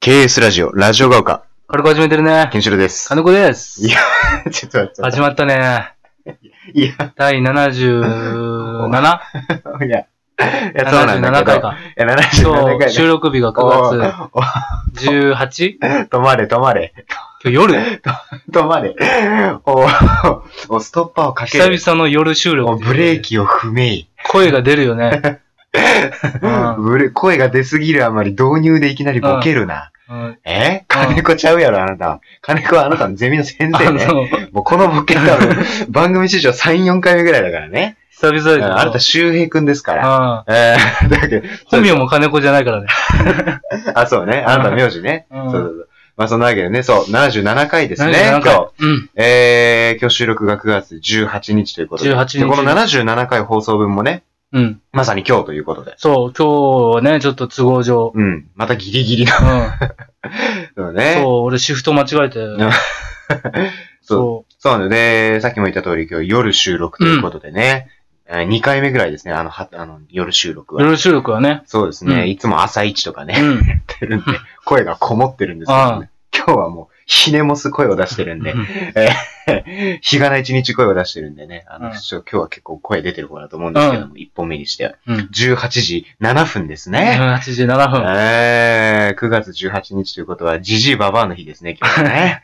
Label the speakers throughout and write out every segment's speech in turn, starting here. Speaker 1: KS ラジオ、ラジオが丘、
Speaker 2: 軽く始めてるね。
Speaker 1: ケンシロウです。
Speaker 2: 金子です
Speaker 1: い。や、ちょっと待って。
Speaker 2: 始まったね。
Speaker 1: いや、
Speaker 2: 第 77?77
Speaker 1: いや、いや、そうなんだけど。
Speaker 2: 回か。
Speaker 1: いや、77
Speaker 2: 今
Speaker 1: 回
Speaker 2: 日、
Speaker 1: だ。
Speaker 2: 収録日が
Speaker 1: お
Speaker 2: 9
Speaker 1: お
Speaker 2: 月 18? 今
Speaker 1: 止まれ、止まれ。
Speaker 2: 日夜だよ
Speaker 1: 止まれ。おおストッパーをかける。
Speaker 2: 久々の夜収録。
Speaker 1: おブレー。キを踏めい。
Speaker 2: 声が出る よね。うん
Speaker 1: ブレ声が出すぎるあまり導入でいきなりボケるな。
Speaker 2: うん
Speaker 1: え金子ちゃうやろ、あなた。金子はあなたのゼミの先
Speaker 2: あ
Speaker 1: 生ね。
Speaker 2: の、
Speaker 1: もうこのボケ多分、 番組史上3、4回目ぐらいだからね。
Speaker 2: 久々
Speaker 1: う
Speaker 2: で
Speaker 1: んあなた、周平くんですから。
Speaker 2: うん
Speaker 1: えー、だけど、そう
Speaker 2: 本名も金子じゃないからね。
Speaker 1: あ、そうね。あなた名字ね。
Speaker 2: うん
Speaker 1: そうそうそう。まあそんなわけでね、そう、77回ですね、今
Speaker 2: 77回
Speaker 1: 日。
Speaker 2: うん。
Speaker 1: えー、今日収録が9月18日ということで。
Speaker 2: 18日
Speaker 1: でこの77回放送分もね、
Speaker 2: うん。
Speaker 1: まさに今日ということで。
Speaker 2: そう、今日はね、ちょっと都 合上。
Speaker 1: うん。またギリギリな。
Speaker 2: うん。
Speaker 1: そうね
Speaker 2: そ。う、俺シフト間違 えて。
Speaker 1: そう。
Speaker 2: そ
Speaker 1: そうなので、さっきも言った通り今日夜収録ということでね。2回目ぐらいですね、あの、はあの夜収録
Speaker 2: う。
Speaker 1: は。
Speaker 2: 夜収録はね。
Speaker 1: そうですね、
Speaker 2: うん
Speaker 1: いつも朝一とか
Speaker 2: う
Speaker 1: ね、
Speaker 2: ん。
Speaker 1: やってるんで、声がこもってるんですけどね。今日はもう、ひねもす声を出してるんで、 日がな一日声を出してるんでね、あの、
Speaker 2: うん
Speaker 1: ちょ今日は結構声出てる方だと思うんですけども、一本目にしては。
Speaker 2: うん。
Speaker 1: 18時7分ですね。
Speaker 2: 18時7分。
Speaker 1: えー、9月18日ということは、ジジイババアの日ですね、今日は ね。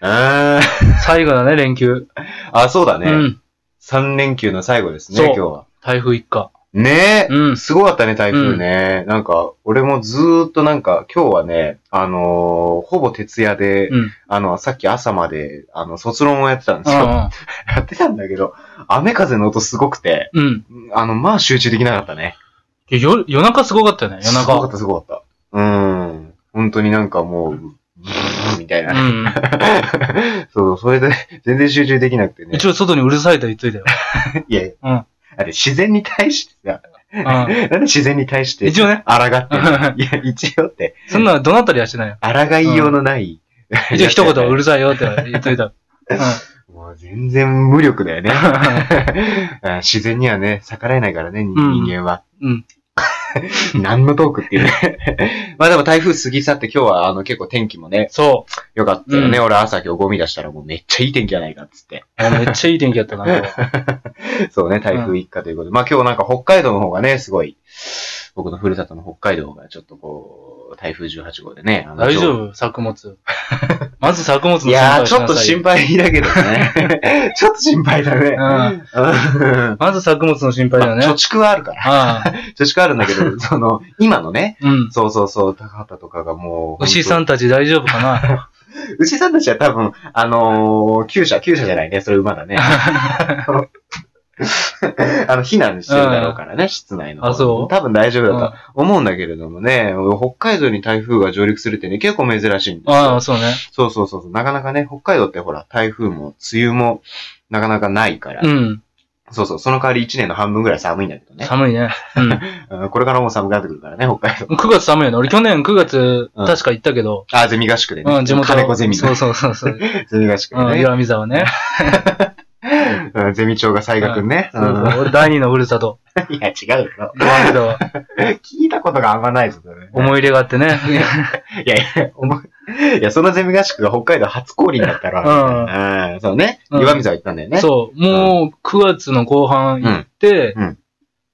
Speaker 1: うーん
Speaker 2: 最後だね、連休。
Speaker 1: あ、そうだ
Speaker 2: う
Speaker 1: ね。
Speaker 2: ん。
Speaker 1: 三3連休の最後ですね、
Speaker 2: そう
Speaker 1: 今日は。
Speaker 2: 台風一過。
Speaker 1: ねえ、
Speaker 2: うん
Speaker 1: すごかったね、台風ね。なんか、俺もずーっとなんか、今日はね、あのーほぼ徹夜で、
Speaker 2: うん。
Speaker 1: あの、さっき朝まで、あの、卒論をやってたんですよ。
Speaker 2: ああ
Speaker 1: やってたんだけど、雨風の音すごくて、
Speaker 2: うん。
Speaker 1: あの、まあ集中できなかったね。
Speaker 2: 夜、夜中すごかったよね、夜
Speaker 1: すごかっ
Speaker 2: 中。
Speaker 1: た、すごかった。うーん。本当になんかもう、ブーみたいうな。
Speaker 2: ん。
Speaker 1: そう、それで全然集中できなくてね
Speaker 2: 一。応外にうるさいとは言っといたよ。
Speaker 1: いやいや、
Speaker 2: うん
Speaker 1: あれ自然に対してさ、
Speaker 2: う
Speaker 1: なんで自然に対して、
Speaker 2: 一応ね
Speaker 1: 抗ってんの。
Speaker 2: ん。
Speaker 1: いや、一応って、
Speaker 2: そんなの怒鳴ったりはしてないよ。
Speaker 1: 抗いようのない。
Speaker 2: 一応一 言はう
Speaker 1: る。
Speaker 2: るさいよっては言っといた。うん。
Speaker 1: もう全然無力だよね。あ 自然にはね、逆らえないからね、人
Speaker 2: うん
Speaker 1: 人間は。
Speaker 2: うん。
Speaker 1: 何のトークっていう ね。まあでも台風過ぎ去って今日はあの結構天気もね、
Speaker 2: そ
Speaker 1: よかったよね。
Speaker 2: う
Speaker 1: 俺朝今日ゴミ出したらもうめっちゃいい天気じゃないかっつって。
Speaker 2: う。あめっちゃいい天気やったな。
Speaker 1: そうね、台風一過ということで。まあ今日なんか北海道の方がね、すごい、僕のふるさとの北海道がちょっとこう、台風18号でね。あの
Speaker 2: 大丈夫作物。まず作物の
Speaker 1: い
Speaker 2: 心
Speaker 1: やー、
Speaker 2: 配
Speaker 1: ちょっと心
Speaker 2: 配。
Speaker 1: 配だけど ね。ちょっと心配だね。うん
Speaker 2: まず作物の心配だよね
Speaker 1: まあ貯。蓄はあるから。
Speaker 2: ああ。
Speaker 1: 貯蓄はあるんだけ ど、その、今のね、
Speaker 2: うん。
Speaker 1: そうそうそう、高畑とかがもう、
Speaker 2: 牛さ
Speaker 1: ん。
Speaker 2: んたち大丈夫かな
Speaker 1: 牛さんたちは多分、あのー、厩舎、厩舎じゃないね、それ馬だ ね。 あの、避難してるだろうからね、室内の方に。
Speaker 2: あそう
Speaker 1: 多分大丈夫だ
Speaker 2: うん
Speaker 1: と思うんだけれどもね、北海道に台風が上陸するってね、結構珍しいんです
Speaker 2: あ
Speaker 1: よ
Speaker 2: あ、。そうね。
Speaker 1: そうそうそうそう。なかなかね、北海道ってほら、台風も、梅雨も、なかなかないから。
Speaker 2: うん。
Speaker 1: そうそう。その代わり1年の半分ぐらい寒いんだけどね。
Speaker 2: 寒いね。うん。
Speaker 1: うんこれからも寒くなってくるからね、北海道。
Speaker 2: 9月寒いよね。俺去年9月、
Speaker 1: うん
Speaker 2: 確か行ったけど、
Speaker 1: あ、ゼミ合宿でね。
Speaker 2: うん、地元。
Speaker 1: 金子ゼミ
Speaker 2: そ
Speaker 1: の
Speaker 2: うそうそうそう。
Speaker 1: ゼミ合宿
Speaker 2: うん、
Speaker 1: でね。
Speaker 2: 岩見沢ね。
Speaker 1: うんゼミ長が才学ね。
Speaker 2: そうそう
Speaker 1: うん
Speaker 2: 俺第二のふるさと。
Speaker 1: いや、違うよ。
Speaker 2: 岩見沢。
Speaker 1: 聞いたことがあんまないぞ、それ。
Speaker 2: 思い入れがあってね。
Speaker 1: いやいや、お前いや、そのゼミ合宿が北海道初降臨だったら、うん、そうね。
Speaker 2: うん
Speaker 1: 岩見沢行ったんだよね。う。
Speaker 2: そう。もう9月の後半行って
Speaker 1: うんうん、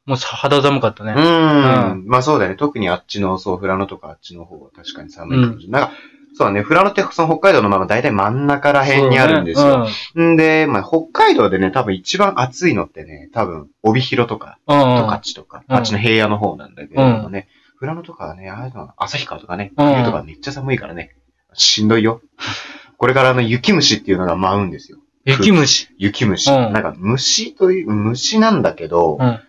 Speaker 2: もうさ肌寒かった
Speaker 1: う
Speaker 2: ね。
Speaker 1: ー。
Speaker 2: うん
Speaker 1: まあそうだよね。特にあっちの、そう、富良野とかあっちの方は確かに寒い感じ。なんか、そうだね。富良野ってその北海道のまま大体真ん中ら辺にあるんですよ。んで、まあ北海道でね、多分一番暑いのってね、多分帯広とか、
Speaker 2: そうね。うん。
Speaker 1: 十
Speaker 2: うん
Speaker 1: 勝とか、
Speaker 2: うん
Speaker 1: あっちの平野の方なんだけれどもね。富良野とかはね、ああいうのは旭川とかね、
Speaker 2: うん
Speaker 1: 冬とかめっちゃ寒いからね。しんどいよ。 これからあの雪虫っていうのが舞うんですよ。
Speaker 2: 雪虫。
Speaker 1: 雪虫。
Speaker 2: うん
Speaker 1: なんか虫という、虫なんだけど
Speaker 2: う、ん。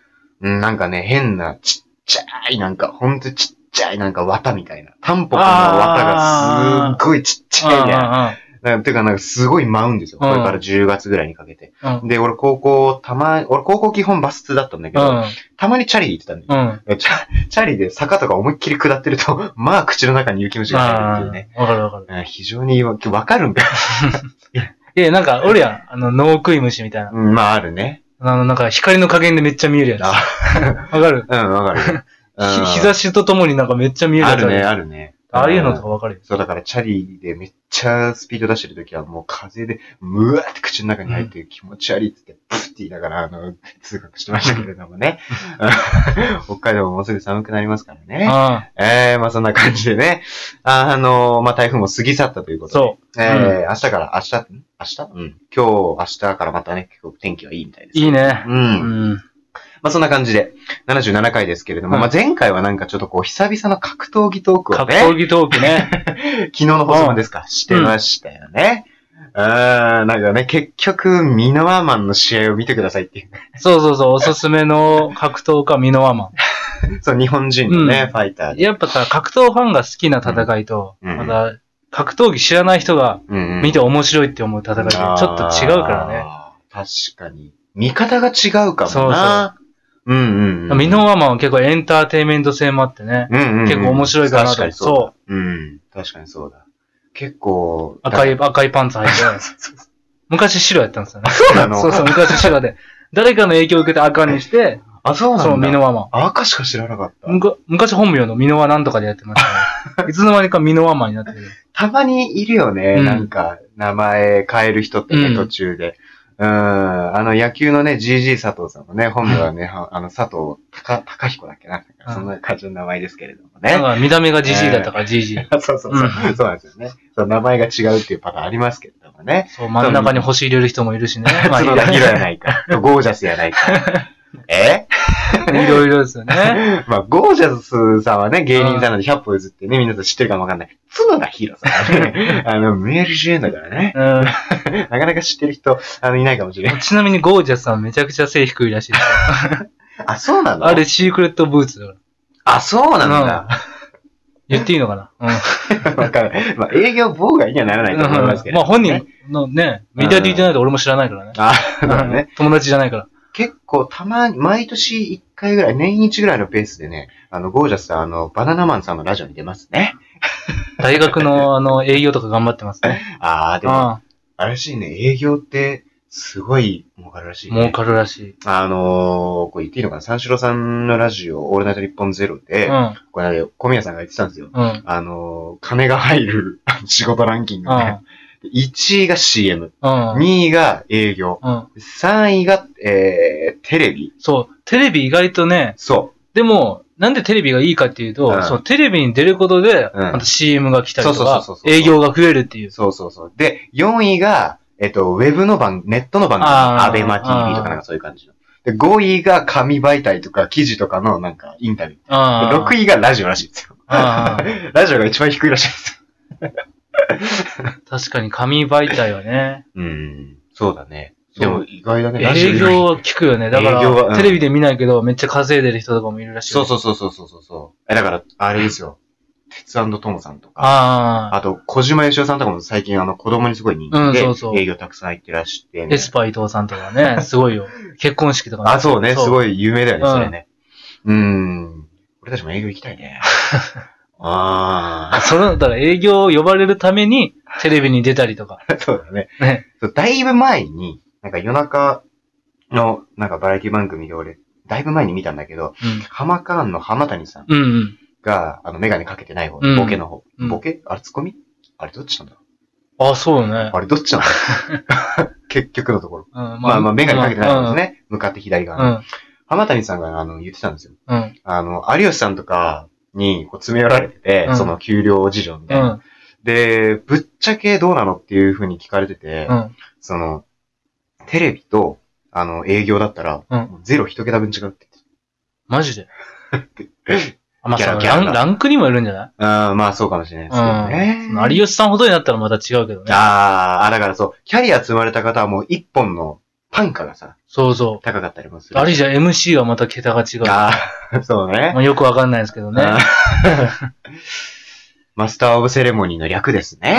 Speaker 1: うんなんかね、変なちっちゃい、なんかほんとちっちゃい、なんか綿みたいな。タンポポの綿がすっごいちっちゃいね。なんかてかなんかすごい舞うんですよ。
Speaker 2: う
Speaker 1: こ
Speaker 2: ん
Speaker 1: れから10月ぐらいにかけて。
Speaker 2: うんうん
Speaker 1: で、俺高校、たま、俺高校基本バス通だったんだけ
Speaker 2: う
Speaker 1: ど、
Speaker 2: ん。
Speaker 1: たまにチャリで行ってたんだよ。
Speaker 2: うん。うん。
Speaker 1: チャチャリで坂とか思いっきり下ってると、 まあ口の中に雪虫が入るっていうね。
Speaker 2: あーわかるわかる。
Speaker 1: うん非常にわわかるんだよ。
Speaker 2: いや、なんか、おるやん。あの、脳食い虫みたいな。
Speaker 1: うんまああるね。
Speaker 2: あの、なんか、光の加減でめっちゃ見えるやつ。わ
Speaker 1: あ
Speaker 2: かる
Speaker 1: うん、わかる。うん
Speaker 2: ひ日差しとともになんかめっちゃ見える
Speaker 1: あ
Speaker 2: やつ
Speaker 1: るね、あるね。
Speaker 2: ああいうのとかわかるよ。
Speaker 1: そう、だからチャリでめっちゃスピード出してる時はもう風で、むわーって口の中に入って気持ち悪いってって、プッて言いながら、あの、通学してましたけれどもね。 北海道ももうすぐ寒くなりますからね。
Speaker 2: あ
Speaker 1: ええまあそんな感じでね。あの、まあ台風も過ぎ去ったというこ
Speaker 2: あ
Speaker 1: とで。
Speaker 2: そ
Speaker 1: ええ明日から、明日、ん明日うん。今日、明日からまたね、結構天気はいいみたいです。
Speaker 2: う。いいね
Speaker 1: う。。
Speaker 2: うんん。
Speaker 1: まあそんな感じで、77回ですけれども、
Speaker 2: はい
Speaker 1: まあ前回はなんかちょっとこう久々の格闘技トークを
Speaker 2: 格
Speaker 1: ね、
Speaker 2: 闘技トー クね。
Speaker 1: 昨日の放送までですか、してましたよね。うーん、なんかね、結局、ミノワーマンの試合を見てくださいっていう。
Speaker 2: そうそうそう、おすすめの格闘家、ミノワマ
Speaker 1: そう、日本人のね、
Speaker 2: うん
Speaker 1: ファイター
Speaker 2: ン。
Speaker 1: で。
Speaker 2: やっぱさ、格闘ファンが好きな戦いと、
Speaker 1: うん
Speaker 2: また、格闘技知らない人が
Speaker 1: うんうん
Speaker 2: 見て面白いって思う戦いで、ちょっと違うからね。
Speaker 1: あー確かに。見方が違うかもな。うんうんうん。
Speaker 2: ミノワマンは結構エンターテインメント性もあってね。
Speaker 1: うんうんうん、
Speaker 2: 結構面白いかなと
Speaker 1: 確かにそうだ。うん。確かにそうだ。結構。
Speaker 2: 赤い、
Speaker 1: だ
Speaker 2: 赤いパ ンツ履いて。昔白やったんですよね。
Speaker 1: そうなの
Speaker 2: そうそう、昔白で。誰かの影響を受けて赤にして、
Speaker 1: あ、そうなんだ。
Speaker 2: そう、ミノワマ
Speaker 1: 赤しか知らなかった
Speaker 2: ン。。むか昔本名のミノワなんとかでやってました ね。いつの間にかミノワマンになってる。
Speaker 1: たまにいるよね、
Speaker 2: うん
Speaker 1: なんか、名前変える人って
Speaker 2: う
Speaker 1: ね、
Speaker 2: ん
Speaker 1: 途中で。うん、あの、野球のね、GG 佐藤さんもね、本名はね、はあの、佐藤高、高彦だっけな。なんかそんな感じの名前ですけれども
Speaker 2: だか
Speaker 1: ね。
Speaker 2: ら見た目がジジイだったからジジイ。
Speaker 1: そうそうそう。
Speaker 2: う
Speaker 1: そうなんですよね。そう名前が違うっていうパターンありますけれどもね。
Speaker 2: そう、真ん中に星入れる人もい るしね。まあ、い
Speaker 1: 角田ヒロやないか。ゴージャスや ないか。え
Speaker 2: ろいろですよね。
Speaker 1: まあ、ゴージャスさんはね、芸人さんなんで100歩譲ってね、みんなと知ってるかもわかんない。角田博さんはね、 あの、メールジューンだからね、
Speaker 2: う
Speaker 1: なかなか知ってる人、あの、いないかもしれない。
Speaker 2: ん、ちなみにゴージャスさんめちゃくちゃ背低いらしいですよ。
Speaker 1: あ、そうなの
Speaker 2: あれ、シークレットブーツだから
Speaker 1: あ、そうなんだ。
Speaker 2: 言っていいのかなうん。
Speaker 1: わかんない。まあ、営業妨害にはならないと思いますけ
Speaker 2: ま
Speaker 1: ど。
Speaker 2: あ本人のね、メディアで言ってないと俺も知らないからね。
Speaker 1: あ、そうだね。
Speaker 2: 友達じゃないから。
Speaker 1: 結構、たまに、毎年1回ぐらい、年1ぐらいのペースでね、あの、ゴージャスさん、あの、バナナマンさんのラジオに出ますね。
Speaker 2: 大学のあの営業とか頑張ってますね。
Speaker 1: あー、でも、
Speaker 2: ああ
Speaker 1: あれらしいね、営業って、すごい儲かるらしいね。
Speaker 2: 儲かるらしい。
Speaker 1: あのー、これ言っていいのかな三四郎さんのラジオ、オールナイト日本ゼロ
Speaker 2: う
Speaker 1: で、
Speaker 2: ん。
Speaker 1: これあれ、小宮さんが言ってたんですよ。
Speaker 2: うん。
Speaker 1: あのー、金が入る 仕事ランキング
Speaker 2: う
Speaker 1: ね
Speaker 2: ん。
Speaker 1: 1位が CM、
Speaker 2: うん。
Speaker 1: 2位が営業、
Speaker 2: うん。
Speaker 1: 3位が、えー、テレビ。
Speaker 2: そう。テレビ意外とね、
Speaker 1: そ
Speaker 2: でも、なんでテレビがいいかっていうと、
Speaker 1: うん
Speaker 2: そのテレビに出ることで、
Speaker 1: うん
Speaker 2: また CM が来たりと
Speaker 1: そうそう
Speaker 2: か
Speaker 1: そう、そう
Speaker 2: 営業が増える っていう
Speaker 1: う。。そうそうそう。で、4位が、えっと、ウェブの番、ネットの番組。
Speaker 2: あー
Speaker 1: アベマ TV とかなんかそういう感じの。で、5位が紙媒体とか記事とかのなんかインタビュー。で
Speaker 2: あ
Speaker 1: 6位がラジオらしいんですよ。
Speaker 2: あ
Speaker 1: ラジオが一番低いらしいんですよ
Speaker 2: あ。確かに紙媒体はね。
Speaker 1: うん、そうだね。
Speaker 2: そう
Speaker 1: でも意外だね。 ラジオ
Speaker 2: 営
Speaker 1: 以外
Speaker 2: 業は聞くよね。だか
Speaker 1: 営業はうん
Speaker 2: ら、テレビで見ないけど、めっちゃ稼いでる人とかもいるらしい。
Speaker 1: そう
Speaker 2: う。
Speaker 1: そうそうそうそうそう。え、だから、あれですよ。鉄トモさんとか。
Speaker 2: ああ。
Speaker 1: あと、小島よしおさんとかも最近あの子供にすごい人気で、
Speaker 2: うんそうそう
Speaker 1: 営業たくさん行ってらして、
Speaker 2: エスパー伊藤さんと かね、すごいよ。結婚式とかね
Speaker 1: あ、そうね。す
Speaker 2: い。
Speaker 1: ごい有名だよね、
Speaker 2: うん
Speaker 1: それね。うーん。俺たちも営業行きたいね。 あ
Speaker 2: それだったら営業を呼ばれるために、テレビに出たりとか。
Speaker 1: あ、そうだね。
Speaker 2: ね。
Speaker 1: そうだいぶ前に、なんか夜中の、なんかバラエティ番組で俺、だいぶ前に見たんだけど、浜カーンの浜谷さん
Speaker 2: うん。うん
Speaker 1: が、あの、メガネかけてない方、
Speaker 2: うん
Speaker 1: ボケの方。
Speaker 2: うん
Speaker 1: ボケあれ、ツッコミあれ、どっちなんだ
Speaker 2: うん。あ、そうよね。
Speaker 1: あれ、どっちなん だ結局のところ。
Speaker 2: うん
Speaker 1: まあまあ、メガネかけてない方です。ね。向かって左側
Speaker 2: う
Speaker 1: の。
Speaker 2: ん。
Speaker 1: 浜谷さんが、あの、言ってたんですよ。
Speaker 2: うん。
Speaker 1: あの、有吉さんとかに、こう、詰め寄られてて、
Speaker 2: うん
Speaker 1: その給料事情みた
Speaker 2: う
Speaker 1: い
Speaker 2: ん。う
Speaker 1: な。
Speaker 2: ん。
Speaker 1: で、ぶっちゃけどうなのっていう風に聞かれてて、
Speaker 2: うん。
Speaker 1: その、テレビと、あの、営業だったら、
Speaker 2: うん
Speaker 1: もうゼロ一桁分違うって言って
Speaker 2: マジで。あまあ、
Speaker 1: ギ
Speaker 2: そ
Speaker 1: ャラ
Speaker 2: の
Speaker 1: ギャ
Speaker 2: ラ
Speaker 1: ラ
Speaker 2: ンランクにもよるんじゃない
Speaker 1: た。あーまあ、そうかもしれないですけどね。
Speaker 2: その有吉さんほどになったらまた違うけどね。
Speaker 1: あーあ、だからそう、キャリア積まれた方はもう一本の単価がさ、
Speaker 2: そうそ
Speaker 1: 高かったりもす
Speaker 2: う。
Speaker 1: る。
Speaker 2: あれじゃ MC はまた桁が違う。
Speaker 1: あー そうね
Speaker 2: ま。あ、よくわかんないですけどね。
Speaker 1: あー マスターオブセレモニーの略ですね。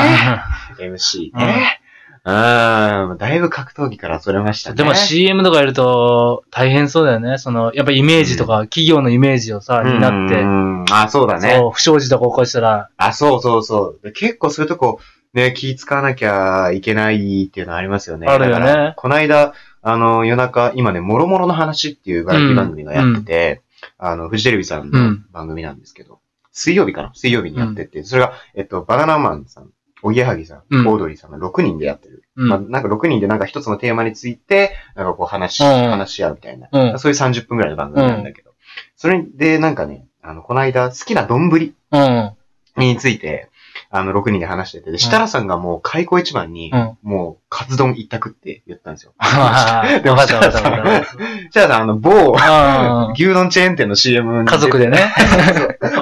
Speaker 1: MC ね。あーだいぶ格闘技からそれました
Speaker 2: うん
Speaker 1: ね。
Speaker 2: でも CM とかやると大変そうだよね。その、やっぱイメージとか、企業のイメージをさ、になって、
Speaker 1: って。あ、そうだね。
Speaker 2: そう、不祥事とか起こしたら、
Speaker 1: あ、そうそうそう。で結構そういうとこ、ね、気使わなきゃいけないっていうのはありますよね。
Speaker 2: あるよね
Speaker 1: だからこの間、あの、夜中、今ね、もろもろの話っていうバラエティ番組がやってて、あの、フジテレビさんの番組なんですけど、水曜日かな水曜日にやってて、それが、えっと、バナナマンさん、おぎやはぎさん、
Speaker 2: うん
Speaker 1: オードリーさんが6人でやってる。
Speaker 2: うん。
Speaker 1: まあ、なんか6人でなんか一つのテーマについて、なんかこう話し、
Speaker 2: うん
Speaker 1: 話し合うみたいな、
Speaker 2: うん
Speaker 1: そういう30分くらいの番組なんだけど。それで、なんかね、あの、この間、好きな丼
Speaker 2: うん。
Speaker 1: について、あの、6人で話してて、で設楽さんがもう開口一番に、
Speaker 2: うん。
Speaker 1: もう、カツ丼一択って言ったんですよ。
Speaker 2: ああ、わかったわかったわかっ
Speaker 1: じゃあさん、あの、某、
Speaker 2: た。うん
Speaker 1: 牛丼チェーン店の CM に
Speaker 2: 家族でね。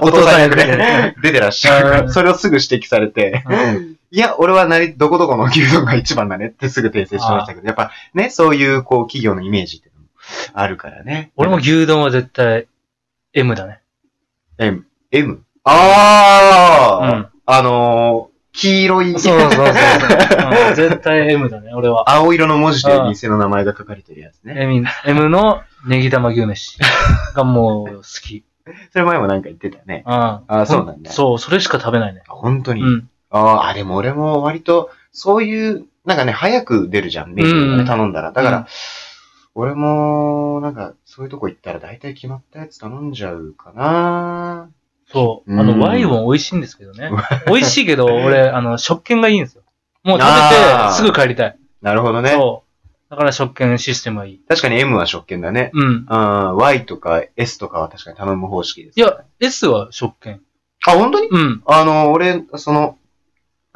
Speaker 1: お父さん役
Speaker 2: お父さん役で
Speaker 1: で出てらっしゃるか
Speaker 2: う
Speaker 1: ら、
Speaker 2: ん
Speaker 1: それをすぐ指摘されて、いや、俺はなり、どこどこの牛丼が一番だねってすぐ訂正してましたけど、やっぱね、そういう、こう、企業のイメージっていうのもあるからね。
Speaker 2: 俺も牛丼は絶対 M だね。
Speaker 1: M。M? あ
Speaker 2: う
Speaker 1: あ、
Speaker 2: ん。
Speaker 1: あのー、黄色い、
Speaker 2: そうそうそうそう。うん絶対 M だね、俺は。
Speaker 1: 青色の文字で店の名前が書かれてるやつね。
Speaker 2: M M のネギ玉牛飯がもう好き。
Speaker 1: それ前もなんか言ってたよね。
Speaker 2: うん。あ
Speaker 1: あそうなんだ
Speaker 2: そう、それしか食べないね。
Speaker 1: 本当
Speaker 2: う
Speaker 1: に。
Speaker 2: ん。
Speaker 1: あーあ、でも俺も割と、そういう、なんかね、早く出るじゃん、メニューが
Speaker 2: うん
Speaker 1: ね頼んだら。だか
Speaker 2: うん
Speaker 1: ら、俺も、なんか、そういうとこ行ったら大体決まったやつ頼んじゃうかな
Speaker 2: そう。あの、
Speaker 1: うん
Speaker 2: ワインも美味しいんですけど ね。美味しいけど、俺、あの、食券がいいんですよ。もう食べ
Speaker 1: あ
Speaker 2: て、
Speaker 1: ー
Speaker 2: すぐ帰りたい。
Speaker 1: なるほどね。
Speaker 2: そう。だから食券システムはいい。
Speaker 1: 確かに M は食券だね。
Speaker 2: うん。
Speaker 1: うん、Y とか S とかは確かに頼む方式です。
Speaker 2: いや、S は食券。
Speaker 1: あ、本当に
Speaker 2: うん。
Speaker 1: あの、俺、その、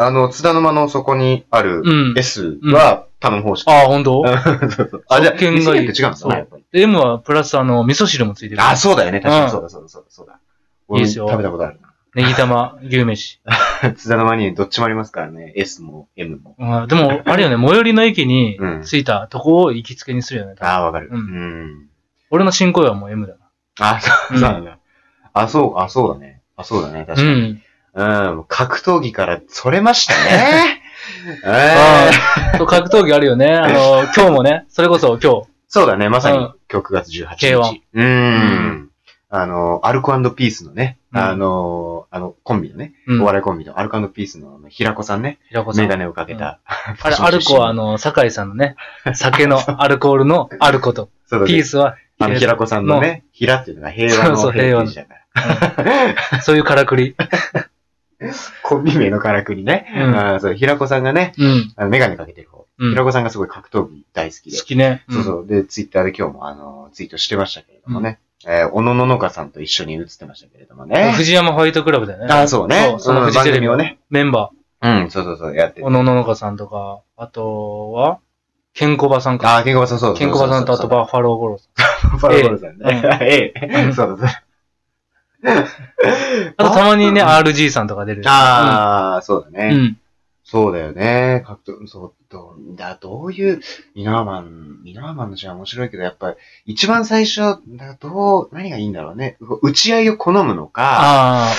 Speaker 1: あの、津田沼のそこにあ
Speaker 2: う
Speaker 1: る
Speaker 2: ん。
Speaker 1: S は頼む方式。
Speaker 2: ああ、ほん と
Speaker 1: そうそうあ、じゃあ、
Speaker 2: 食券がい
Speaker 1: 店に
Speaker 2: い
Speaker 1: よって違うんです
Speaker 2: そう
Speaker 1: ね、やっぱり。
Speaker 2: で ?M はプラスあの、味噌汁もついてる。
Speaker 1: あ、そうだよね。確か
Speaker 2: うん
Speaker 1: にそうだ、そうだ、そうだ、そうだ。
Speaker 2: いいですよ
Speaker 1: 俺食べたことある。
Speaker 2: ネギ玉、牛飯。
Speaker 1: 津田のマニアにどっちもありますからね。S も M も。
Speaker 2: うん、でも、あ れよね、最寄りの駅に
Speaker 1: うん
Speaker 2: 着いたとこを行きつけにするよね。多分
Speaker 1: ああ、わかる。
Speaker 2: う
Speaker 1: うんん。
Speaker 2: 俺の新恋はもう M だな。
Speaker 1: あそう
Speaker 2: うん
Speaker 1: そうなんだ。あ、そう、あ、そうだね。あ、そうだね。確か
Speaker 2: う
Speaker 1: に。
Speaker 2: ん。
Speaker 1: うん。格闘技から、それました ね。
Speaker 2: あ
Speaker 1: えー
Speaker 2: あそう格闘技あるよね。あの、今日もね、それこそ今
Speaker 1: そうだね。まさ
Speaker 2: う
Speaker 1: に
Speaker 2: ん、
Speaker 1: 今日9月18
Speaker 2: K1
Speaker 1: 日。うー。
Speaker 2: うん
Speaker 1: あの、アルコピースのね、
Speaker 2: うん
Speaker 1: あの、あの、コンビのね、
Speaker 2: 日、う
Speaker 1: お
Speaker 2: ん、
Speaker 1: 笑いコンビのアルコピースのあの平子さんね、
Speaker 2: 平子さ
Speaker 1: メ
Speaker 2: ん。
Speaker 1: ガネをかけた。
Speaker 2: あれ、アルコはあ、の、酒井さんのね、酒のアルコールのアルコと、
Speaker 1: そうだ
Speaker 2: ピー
Speaker 1: ね。
Speaker 2: スは、
Speaker 1: あの、平子さんのね、平っていうのが平和
Speaker 2: そうそう
Speaker 1: の
Speaker 2: 平
Speaker 1: 平
Speaker 2: 和
Speaker 1: 和
Speaker 2: の
Speaker 1: だから。
Speaker 2: そういうからくり。
Speaker 1: コンビ名のからくりね。
Speaker 2: うん
Speaker 1: あーそう、平子さんがね、
Speaker 2: うん。
Speaker 1: あのメガネかけてる方。
Speaker 2: うん、
Speaker 1: 平
Speaker 2: 好
Speaker 1: 子さんがすごい格闘技大好きで。
Speaker 2: きね。
Speaker 1: そう
Speaker 2: う
Speaker 1: そう。で、ツイッターで今日もあの、ツイートしてましたけれどもね。えー、小野ののかさんと一緒に映ってましたけれども
Speaker 2: ん。
Speaker 1: ね。
Speaker 2: 藤山ホワイトクラブだよね。
Speaker 1: あー、そうね。
Speaker 2: そうその
Speaker 1: うん
Speaker 2: フジテ
Speaker 1: 番
Speaker 2: レビ
Speaker 1: 組
Speaker 2: の
Speaker 1: をね。
Speaker 2: メンバ
Speaker 1: うん、そうそうそう、やって
Speaker 2: ー、
Speaker 1: て
Speaker 2: 小野ののかさんとか、あとは、ケンコバさんか。
Speaker 1: あー、ケンコバさんそうそう。
Speaker 2: ケンコバさんとあとバッファローゴローさ
Speaker 1: ッ パーボールさんね。
Speaker 2: え
Speaker 1: ええ。そうそうそう。
Speaker 2: ん。あとた まにね、RG さんとか出る。
Speaker 1: ああ、そうだ
Speaker 2: う
Speaker 1: ね。
Speaker 2: ん。
Speaker 1: そうだよね。格闘、そう、どう、だ、どういう、ミナーマン、ミナーマンの試合面白いけど、やっぱり、一番最初、だどう、何がいいんだろうね。う打ち合いを好むのか、
Speaker 2: あ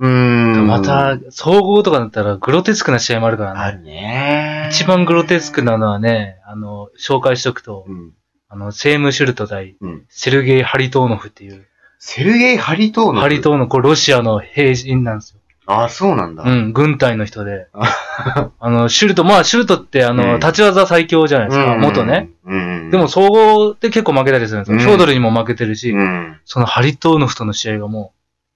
Speaker 1: うー
Speaker 2: あ、
Speaker 1: ん。
Speaker 2: ま、た、総合とかだったらグロテスクな試合もあるからね。
Speaker 1: あるね。
Speaker 2: 一番グロテスクなのはね、あの、紹介しとくと、
Speaker 1: うん。
Speaker 2: あの、セーム・シュルト対
Speaker 1: うん、
Speaker 2: セルゲイ・ハリトーノフっていう、
Speaker 1: セルゲイ・ハリトーノフ。
Speaker 2: ハリトーノフ、これロシアの兵人なんですよ。
Speaker 1: あ、そうなんだ。
Speaker 2: う
Speaker 1: うん
Speaker 2: ん、軍隊の人で。 あの、シュルト、まあ、シュルトって、あの、
Speaker 1: うん
Speaker 2: 立ち技最強じゃないですか、元ね。。
Speaker 1: うん。
Speaker 2: でも、、総合で結構負けたりするんですよ。
Speaker 1: うん
Speaker 2: ヒョードルにも負けてるし、
Speaker 1: うん。
Speaker 2: そのハリトーノフとの試合がも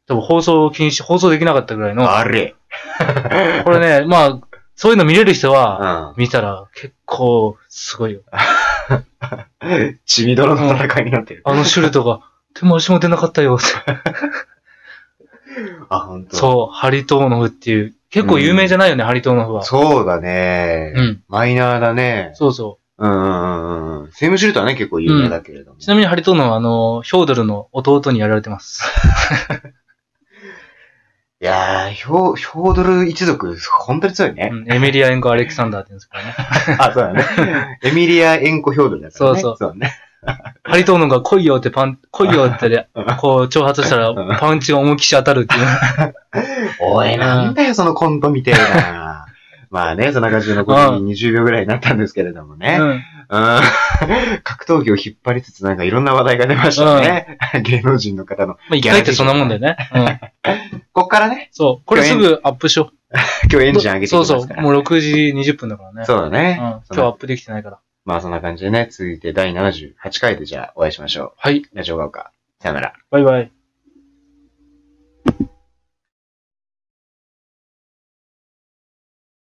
Speaker 2: う、多分放送禁止、放送できなかったぐらいの、
Speaker 1: あれ。
Speaker 2: これね、まあ、そういうの見れる人は、
Speaker 1: う
Speaker 2: 見たら結構すごいよ。
Speaker 1: ん。 血みどろの戦いになってる。
Speaker 2: あのシュルトが、 手も足も出なかったよ。
Speaker 1: あ、本当。
Speaker 2: そう、ハリトーノフっていう、結構有名じゃないよね、ハリトーノフは。
Speaker 1: そうだね。
Speaker 2: うん。
Speaker 1: マイナーだね。
Speaker 2: そうそ
Speaker 1: うんうんうんうん。セームシュルトはね、結構有名だけれども。
Speaker 2: う。ちなみにハリトーノフは、あの、ヒョードルの弟にやられてます。
Speaker 1: いやー、ヒョヒョードル一族、本当に強いうね。
Speaker 2: ん、エミリア・エンコ・アレクサンダーって言うんですけ どね。
Speaker 1: あ、そうだ ね。エミリア・エンコ・ヒョードルだからね。
Speaker 2: そう
Speaker 1: そう。 ね。
Speaker 2: ハリトーノフが来いよってパン、来いよって ね、こう、挑発したら、パンチが思いっきし当たるっていう。
Speaker 1: おい、なんだよ、そのコントみてえ な。まあね、そんな感じで残り20秒ぐらいになったんですけれどもね。
Speaker 2: うん。
Speaker 1: うん 格闘技を引っ張りつつなんかいろんな話題が出ましたね。 芸能人の方の。
Speaker 2: まあ、一回ってそんなもんだよね。うん。
Speaker 1: こっからね、
Speaker 2: そう。これすぐアップしよ
Speaker 1: 今日エン
Speaker 2: う。
Speaker 1: ジン上げていき
Speaker 2: そ
Speaker 1: ま
Speaker 2: う
Speaker 1: すか
Speaker 2: そ
Speaker 1: ら。
Speaker 2: う。もう6時20分だからね。う。
Speaker 1: そうだ
Speaker 2: ん。
Speaker 1: ね。
Speaker 2: 今
Speaker 1: そ
Speaker 2: 日
Speaker 1: の
Speaker 2: アップできてないから。
Speaker 1: まあそんな感じでね、続いて第78回でじゃあお会いしましょ
Speaker 2: はい。
Speaker 1: う。ラジオが丘。さよなら。
Speaker 2: バイバイ。